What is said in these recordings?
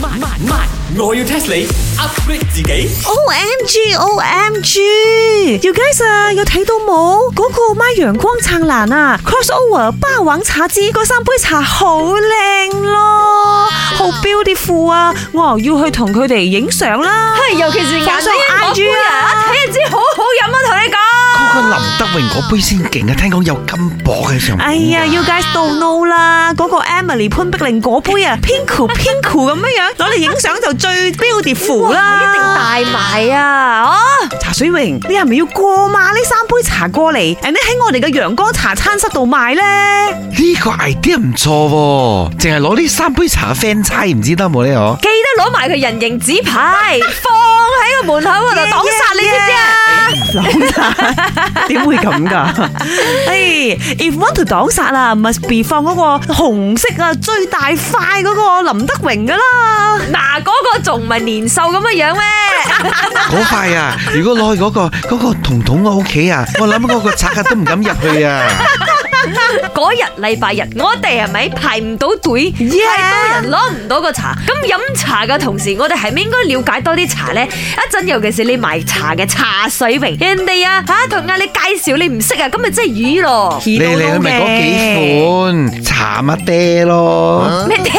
慢慢慢，我要 test 你 upgrade 自己。 O M G O M G，You guys 啊，有睇到冇？嗰、個 My 陽光燦爛啊，Crossover 霸王茶之嗰三杯茶好靚咯，好 beautiful 啊！我又要去同佢哋影相啦。係，尤其是眼放上嗰 IG 杯啊啊，一睇就知好好飲啊！同你講，嗰個林德榮嗰杯先勁啊！聽講有金箔喺上面。哎 呀，You guys don't know 啦，嗰、個 Emily 潘碧玲嗰杯啊 p i n k p i n k 咁樣樣，攞嚟影相就最 beautiful 啦。一定大埋啊！哦，茶水榮，你係咪要過馬呢三杯茶過嚟？誒，你喺我哋嘅陽光茶餐室度賣 呢？呢個 idea 唔錯喎，淨係攞呢三杯茶嘅 friend 猜唔知得冇呢？我記得攞埋個人形紙 牌，放喺個門口嗰度擋殺你知唔知啊？點會咁 噶？誒，if 哎 want to 擋殺啊，must be 放嗰個紅色啊最大塊嗰個林德榮噶啦。嗱，嗰個仲唔係年獸咁嘅樣 咩？嗰塊啊，如果攞去嗰、個嗰、個彤彤嘅屋企啊，我諗嗰個賊啊都唔敢入去啊！嗰日禮拜日，我哋係咪排唔到隊，太多人攞唔到個茶？咁飲茶嘅同時，我哋係咪應該了解多啲茶呢？一陣尤其是你賣茶嘅茶水榮，人哋啊嚇同嗌你介紹你唔識啊，咁咪真係 魚咯你你嚟去咪嗰幾款茶乜爹咯？咩爹？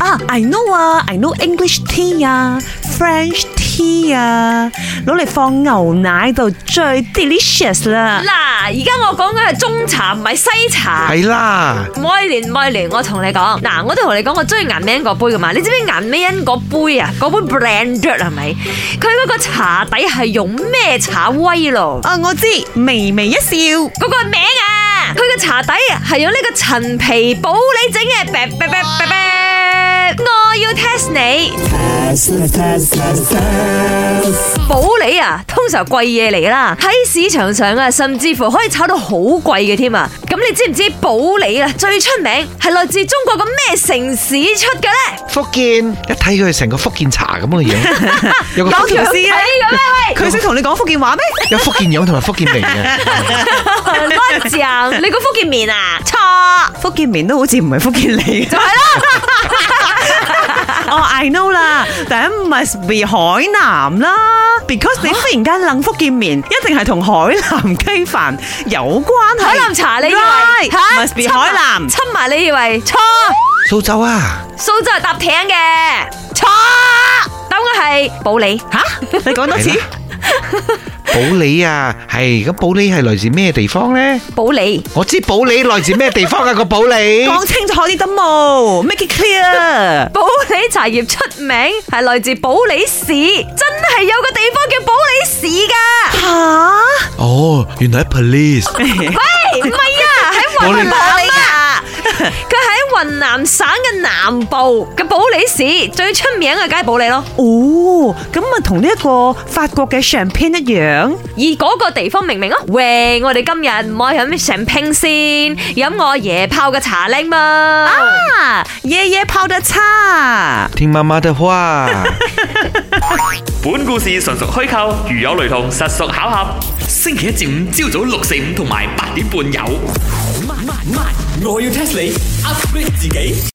啊，I know 啊，I know English tea 啊，French tea 啊，攞嚟放牛奶度最 delicious 啦。嗱，而家我講緊係中茶，唔係西茶。係啦，威廉，威廉，我同你講，嗱，我都同你講，我中意顏美欣嗰杯噶嘛，你知唔知顏美欣嗰杯啊？嗰杯 blended 係咪？佢嗰個茶底係用咩茶威咯？啊，我知，微微一笑。嗰個名啊，佢嘅茶底係用呢個陳皮普洱整嘅，嗶嗶嗶嗶嗶我要 test 你。普洱啊，通常貴嘢嚟啦，喺市場上啊，甚至乎可以炒到好貴嘅添啊！咁你知唔知普洱啊最出名係來自中國嘅咩城市出嘅咧？福建一睇佢成個福建茶咁嘅樣，有個有福條建線係啊！咁 咩佢識同你講福建話咩？有福建樣同埋福建名嘅，喂？羅醬，你個福 建麵啊？錯，福建面都好似唔係福建嚟嘅，就係啦。 哦，I know 啦，但係 must be 海南啦，because 你忽然間諗福建面，一定係同海南雞飯有關係。海南茶你以為 Right，吓？must 侵 be 埋海南。侵埋你以為錯？蘇州啊，蘇州係搭艇嘅，錯。答案係普洱。吓，你講多次係啦保利啊，係咁保利係來自咩地方咧？普洱。我知保利來自咩地方啊？個保利講清楚啲得冇？Make it clear。普洱茶葉出名係來自普洱市，真係有個地方叫普洱市噶。吓，哦，原來喺 police。喂，唔係啊，喺雲南啊， 佢喺雲南省嘅南部嘅普洱市最出名嘅梗係普洱咯。哦，咁咪同呢一個法國嘅 champagne 一樣。而嗰個地方明明啊，喂，我哋今日唔可以飲成拼先，飲我爺泡嘅茶靚嘛。啊，夜夜泡得差。聽媽媽的話。本故事純屬虛構，如有雷同，實屬巧合。星期一至五朝早六四五同埋八點半有。我要 test 你 upgrade 自己。